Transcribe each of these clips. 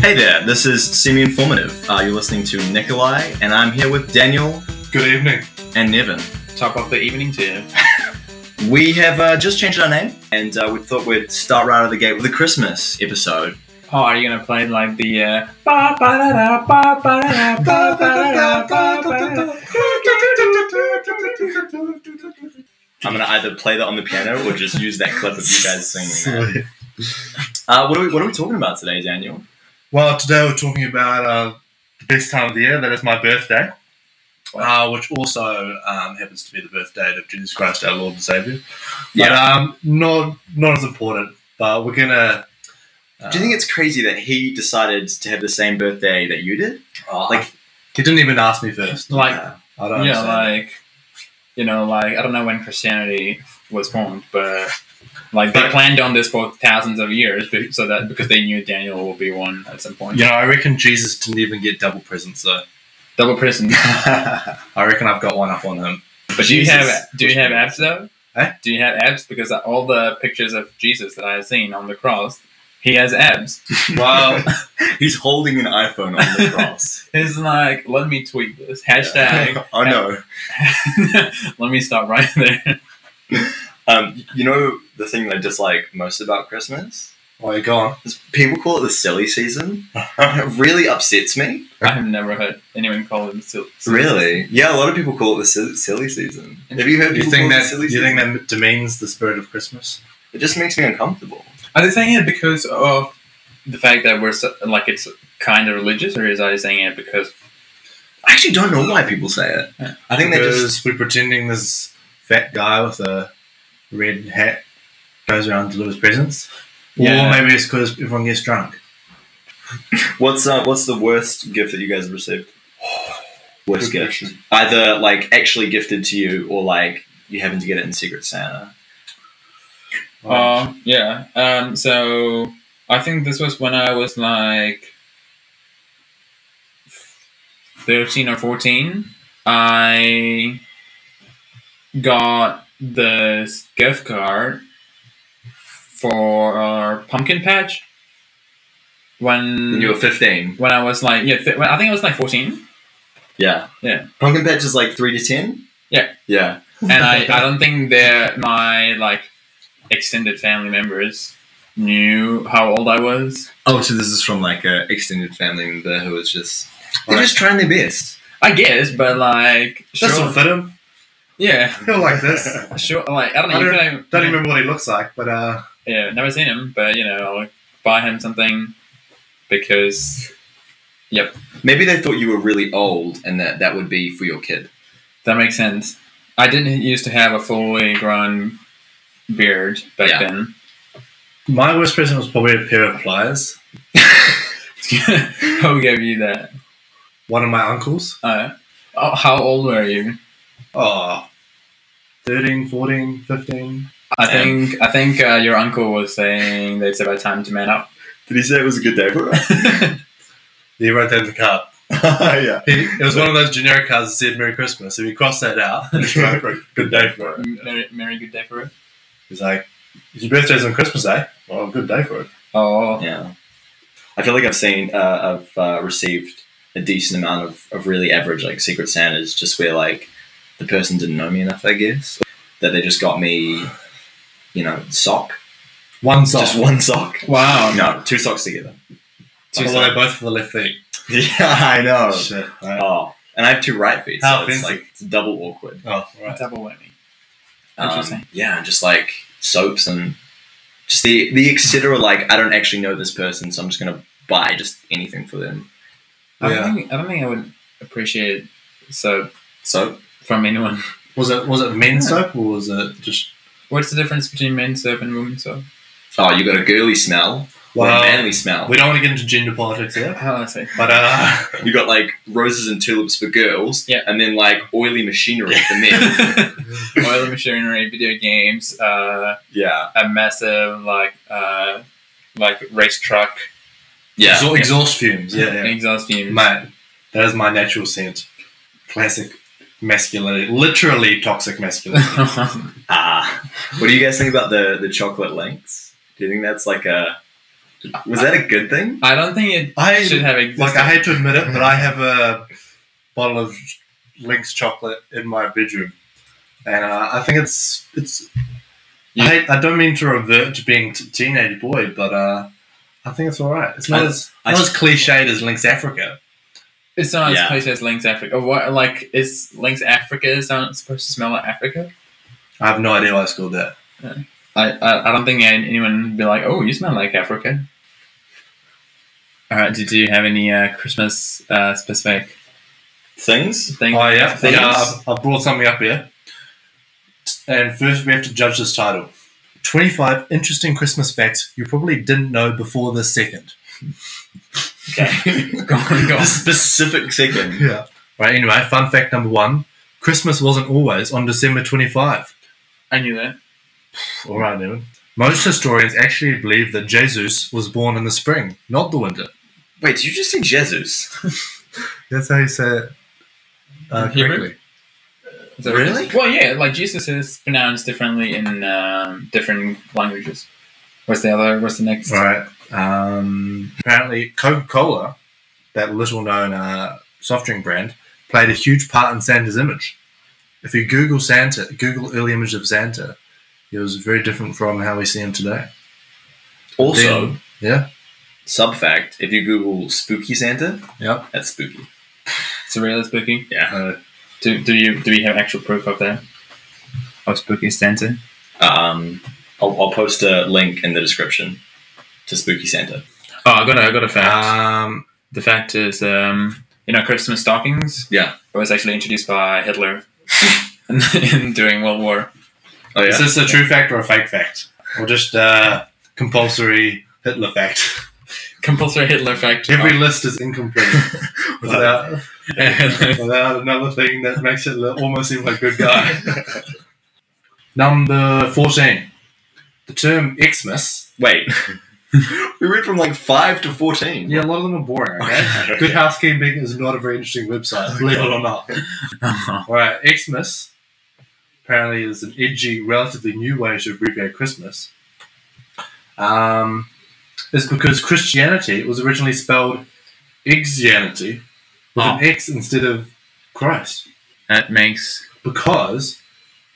Hey there, this is Semi Informative. Uh, you're listening to Nikolai, and I'm here with Daniel Good evening. and Nevin. Top of the evening to We have uh, just changed our name, and uh, we thought we'd start right out of the gate with a Christmas episode. Oh, are you gonna play like the uh ba ba da da ba ba da da ba ba da da ba ba da da? I'm going to either play that on the piano or just use that clip of you guys singing. that. Uh, what, are we, what are we talking about today, Daniel? Well, today we're talking about uh, the best time of the year. That is my birthday, uh, which also um, happens to be the birthday of Jesus Christ, our Lord and Savior. But um, not not as important. But we're gonna. Uh, Do you think it's crazy that he decided to have the same birthday that you did? like he didn't even ask me first? Like I don't. Oh. yeah, understand. like you know, like I don't know when Christianity was formed, but like they planned on this for thousands of years, be- so that because they knew Daniel will be one at some point. you know, I reckon Jesus didn't even get double presents though. Double prison. I reckon I've got one up on him. But do you Jesus. have do you have abs though? Eh? Do you have abs? Because all the pictures of Jesus that I have seen on the cross, he has abs. Well, He's holding an iPhone on the cross. He's like, let me tweet this hashtag. oh no. let me stop right there. Um, you know the thing that I dislike most about Christmas? well, you're gone. Is People call it the silly season. it really upsets me. I have never heard anyone call him silly. Really? Yeah, a lot of people call it the sil- silly season. Have you heard Do you people think call it that the silly you season? think that demeans the spirit of Christmas? it just makes me uncomfortable. Are they saying it because of the fact that we're so, like it's kind of religious, or is I saying it because I actually don't know why people say it. Yeah. I think they because just we're pretending this fat guy with a red hat goes around to delivers presents. Yeah. Or maybe it's because everyone gets drunk. what's uh, what's the worst gift that you guys have received? Worst Good gift, either like actually gifted to you or like you happen to get it in Secret Santa. Uh, yeah. Um, so I think this was when I was like thirteen or fourteen. I got this gift card for our pumpkin patch When when you were fifteen, when I was like yeah th- when, I think I was like fourteen yeah, Yeah. Pumpkin patch is like three to ten. Yeah. yeah. and I, I don't think that my like extended family members knew how old I was Oh, so this is from like a extended family member who was just they're Right. just trying their best. I guess, but like, sure, This will fit him. yeah, He'll like this. sure, like I don't know, I you could- Don't remember what he looks like, but uh, yeah, never seen him, but you know, I'll buy him something because Maybe they thought you were really old and that that would be for your kid. that makes sense. I didn't used to have a fully grown beard back Yeah. then. my worst present was probably a pair of pliers. Who gave you that? One of my uncles. Uh, oh, how old were you? Oh, 13, 14, 15. I Damn. think I think uh, your uncle was saying that it's about time to man up. Did he say it was a good day for us? He wrote that in the card. yeah. He, it was one of those generic cards that said Merry Christmas. If you cross that out, it's right for a good day for it. merry, merry good day for it. He's like, your birthday's on Christmas, eh? Well, good day for it. Oh, Yeah. I feel like I've seen, uh, I've uh, received a decent amount of, of really average, like, Secret Santas, just where, like, the person didn't know me enough, I guess. That they just got me, you know, sock. One sock. Just one sock. wow, No, two socks together. Two Although socks. they're both for the left feet. Yeah, I know. Shit. Right. Oh. And I have two right feet, so How it's offensive. like it's double awkward. Oh, right. double whammy. Um, Interesting. yeah, and just like soaps and just the the et cetera, like I don't actually know this person, so I'm just gonna buy just anything for them. I Yeah. don't, think, I don't think I would appreciate soap Soap. from anyone. Was it was it men's soap or was it just What's the difference between men's soap and women's soap? Oh, you got a girly smell or a manly smell. We don't want to get into gender politics here, How do I say? but uh, You got like roses and tulips for girls, Yeah. and then like oily machinery for men. Oil machinery, video games, uh, yeah, a massive like uh, like race truck, yeah. exhaust, exhaust fumes. Yeah, exhaust yeah. fumes. mate, that is my natural scent. Classic masculinity, literally toxic masculinity. Ah, what do you guys think about the the chocolate links? Do you think that's like a Was that a good thing? I don't think it I should have existed. like. I hate to admit it, but I have a bottle of Lynx chocolate in my bedroom, and uh, I think it's it's. I, Yeah. hate, I don't mean to revert to being t- teenage boy, but uh, I think it's all right. It's not I- as I not just- as cliched as Lynx Africa. It's not Yeah. as close as Lynx Africa. Or what, like, is Lynx Africa is not supposed to smell like Africa? I have no idea why I scored that. I, I, I don't think an- anyone would be like, oh, you smell like Africa. All right, did you have any uh, Christmas uh, specific Things? things? Oh yeah, Things. yeah. I've- I've brought something up here. And first, we have to judge this title: twenty-five interesting Christmas facts you probably didn't know before this second. Okay. Go on, go on. the specific second. Yeah. Right. Anyway, fun fact number one: Christmas wasn't always on December twenty-five. I knew that. All right, Evan. Most historians actually believe that Jesus was born in the spring, not the winter. Wait, did you just say Jesus? That's how you say it. Uh, In Hebrew? correctly. So- Really? Well, yeah. Like Jesus is pronounced differently in um, different languages. What's the other? What's the next? All right. Um, apparently, Coca Cola, that little known uh, soft drink brand, played a huge part in Santa's image. If you Google Santa, Google early image of Santa, he was very different from how we see him today. Also, Then- yeah, sub fact, if you Google spooky Santa, yeah. that's spooky. It's really spooky. Yeah. Uh, Do, do you do we have actual proof of that? Of spooky Santa. Um, I'll, I'll post a link in the description to spooky Santa. Oh, I got a, I got a fact. Uh, um, the fact is, um, you know, Christmas stockings. Yeah. It was actually introduced by Hitler in, in during World War. Oh, Is this a true fact or a fake fact? Or just uh, compulsory Hitler fact? Compulsory Hitler fact. Every list is incomplete without, Hitler. without another thing that makes Hitler almost seem like a good guy. Number 14. The term Xmas. Wait. we went from like 5 to 14. Yeah, a lot of them are boring, okay? good Housekeeping is not a very interesting website, believe it or not. Alright, Xmas apparently is an edgy, relatively new way to abbreviate Christmas. Um, it's because Christianity was originally spelled Xianity with an X instead of Christ. that makes Because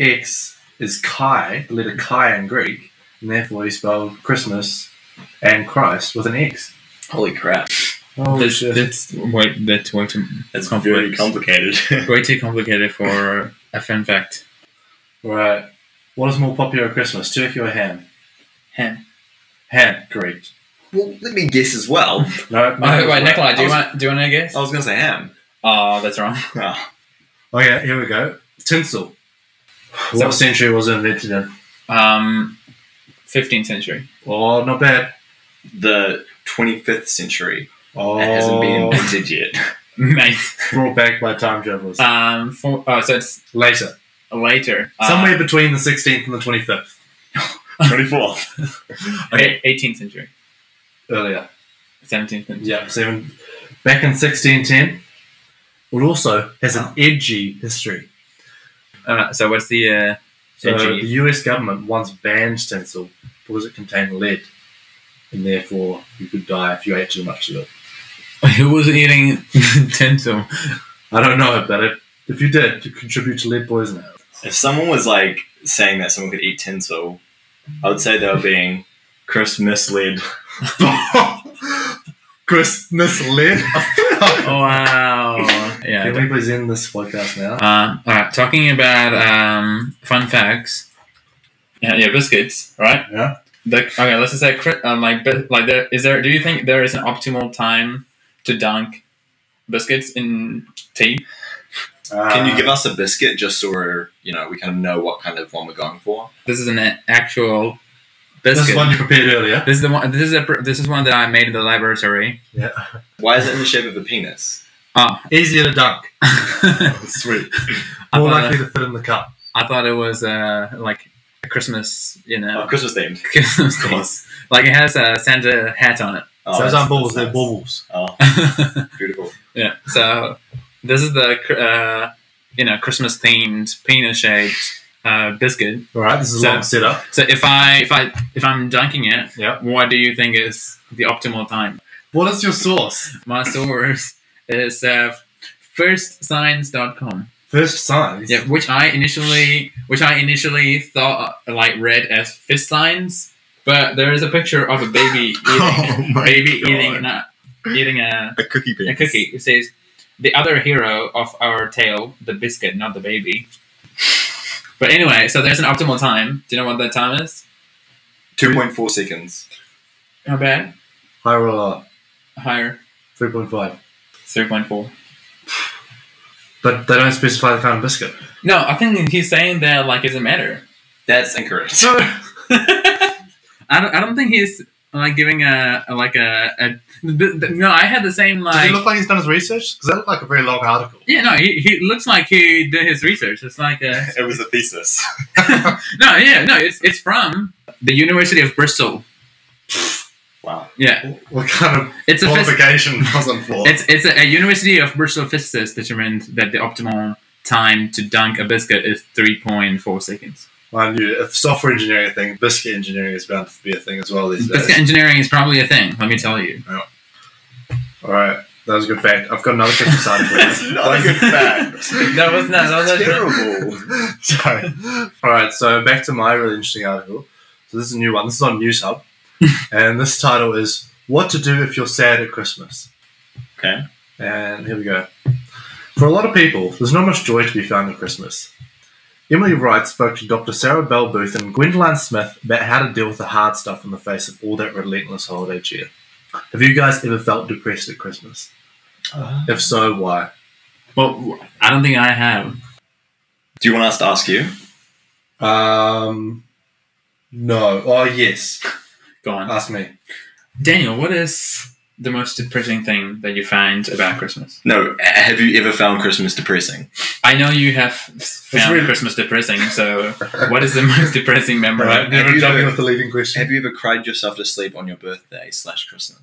X is Chi, the letter Chi in Greek, and therefore he spelled Christmas and Christ with an X. Holy crap. Oh, that's, that's way that's way too That's complex. very complicated. way too complicated for a fun fact. Right. What is more popular at Christmas, turkey or ham? Ham. Ham, correct. well, let me guess as well. No, Oh, wait, Nikolai, do you I was- want do you want to guess? I was going to say ham. Oh, that's wrong. Oh, Okay, here we go. Tinsel. What So- century was it invented in? Um, 15th century. Oh, not bad. the 25th century. Oh, It hasn't been invented yet. Mate. brought back by time travelers. Ah. Um, for, oh, so it's Later. later. Ah. Uh, Somewhere between the 16th and the 25th. 24th. Okay, 18th century. Earlier. 17th century. Yeah, seven. Back in 1610. It also has Ah. an edgy history. Uh, so what's the... Uh, So Edgy. the US government once banned tinsel because it contained lead. And therefore, you could die if you ate too much of it. who was eating tinsel? I don't know, but if, if you did, you contribute to lead poisoning. If someone was like saying that someone could eat tinsel, I would say they were being Christmas led. Christmas lid. Oh, wow. Yeah. I Can don't- we please end this podcast now? Uh, all right, talking about um, fun facts. Yeah, yeah, biscuits, right? Yeah. The, okay, let's just say, cri- um, like, bi- like, there is there. Do you think there is an optimal time to dunk biscuits in tea? Uh, Can you give us a biscuit just so we're, you know, we kind of know what kind of one we're going for? This is an a- actual this biscuit. is one you prepared earlier? This is the one. This is a. pr- This is one that I made in the laboratory. Yeah. Why is it in the shape of a penis? Ah, Easier to dunk. I, Sweet. More thought, likely it- to fit in the cup. I thought it was uh, like a Christmas, you Oh, know, Christmas themed. Christmas Of thing. course. Like it has a Santa hat on Oh, so those that's- aren't balls, that's nice. they're baubles. Oh, it. beautiful. Yeah. So this is the uh, you know Christmas themed penis shaped uh, biscuit. All right, this is a So- long setup. So if I if I if I'm dunking it, Yep. what do you think is the optimal time? What is your source? My source is uh, firstscience.com. First signs. Yeah, which I initially which I initially thought uh, like read as fist signs, but there is a picture of a baby eating Oh my baby God. eating an, uh, eating a, A cookie base. a cookie. It says the other hero of our tale, the biscuit, not the baby. But anyway, so there's an optimal time. Do you know what that time is? Two point four seconds. How bad? High or low? Higher. 3.5. Three point four. But they don't specify the kind of biscuit. No, I think he's saying that like it's a matter. That's incorrect. So, I don't. I don't think he's like giving a, a like a, a th- th- no. I had the same does like. it look like he's done his research? Because that looked like a very long article. yeah, no. He, he looks like he did his research. It's like a it was a thesis. no. Yeah, no. It's it's from the University of Bristol. Wow. Yeah, What kind of it's a phys- qualification was on for? it's it's a, a University of Bristol physicist determined that the optimal time to dunk a biscuit is three point four seconds. Mind you, if software engineering thing, biscuit engineering is bound to be a thing as well these days. Biscuit engineering is probably a thing. Let me tell you. All right, that was a good fact. I've got another Christmas That's article. not a good fact. That was not. That was That's not- terrible. Sorry. All right, so back to my really interesting article. So this is a new one. This is on News Hub, and this title is "What to Do If You're Sad at Christmas." Okay. And here we go. For a lot of people, there's not much joy to be found at Christmas. Emily Wright spoke to Dr. Sarah Bell Booth and Gwendolyn Smith about how to deal with the hard stuff in the face of all that relentless holiday cheer. Have you guys ever felt depressed at Christmas? If so, why? Well, I don't think I have. Do you want us to ask you? Um, no. Oh, yes. Go on. Ask me. Daniel, what is the most depressing thing that you find about Christmas? No. a- Have you ever found Christmas depressing? I know you have found really- Christmas depressing, so what is the most depressing memory? Right, never you jumping ever- with the leading question. Have you ever cried yourself to sleep on your birthday slash Christmas?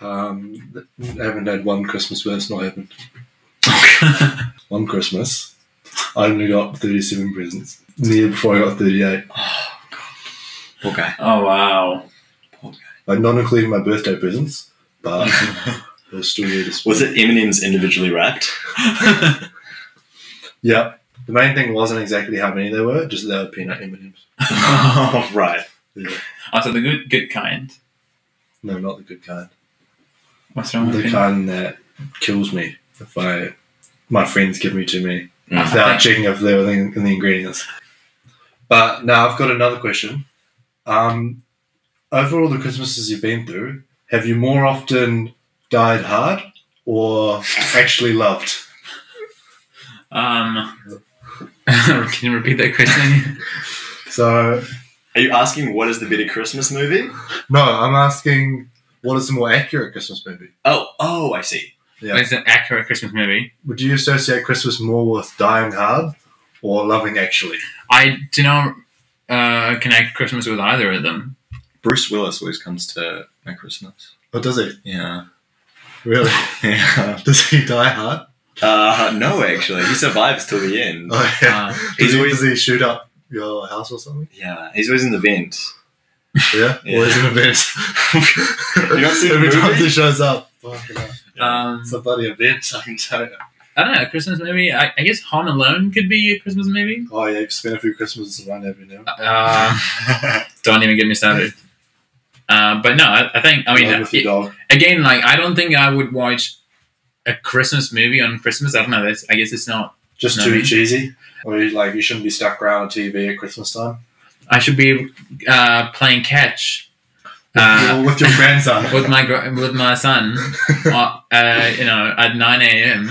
Um, I haven't had one Christmas where it's not happened. One Christmas, I only got 37 presents. The year before, I got 38. Okay. oh wow! Like, not including my birthday presents, but it was still weird as Was it Eminem's individually wrapped? Yeah. The main thing wasn't exactly how many there were, just they were peanut M&Ms. oh, right. Yeah. Also, the good good kind. No, not the good kind. What's wrong with The it? kind that kills me if I my friends give me too many Mm. without checking if they were in, in the ingredients. But now I've got another question. Um, over all the Christmases you've been through, have you more often died hard or actually loved? Um, can you repeat that question? So Are you asking what is the better Christmas movie? no, I'm asking what is the more accurate Christmas movie? Oh, oh, I see. Yeah. It's an accurate Christmas movie. Would you associate Christmas more with dying hard or loving actually? I do not uh, connect Christmas with either of them. Bruce Willis always comes to my Christmas. Or does he? Yeah. Really? Yeah. Does he die hard? Uh, no, actually, he survives till the end. Oh, Uh, yeah. does, he's he, always- does he shoot up your house or something? Yeah, he's always in the vent. Yeah? Yeah. Or is it a vent? You not seen the Every time movie? he shows up. Fucking hell. um, It's a bloody event, I can tell you. I don't know. Christmas movie. I, I guess Home Alone could be a Christmas movie. Oh, yeah, you've spent a few Christmases around every now. Uh, don't even get me started. Uh, but no, I, I think I mean Along with your it- dog. again, like I don't think I would watch a Christmas movie on Christmas. I don't know. That's, I guess it's not. Just No, too I mean- cheesy. Or you, like, you shouldn't be stuck around on TV at Christmas time. I should be uh, playing catch uh, Or with your grandson. with my gr- with my son. uh, uh, you know, at nine a.m.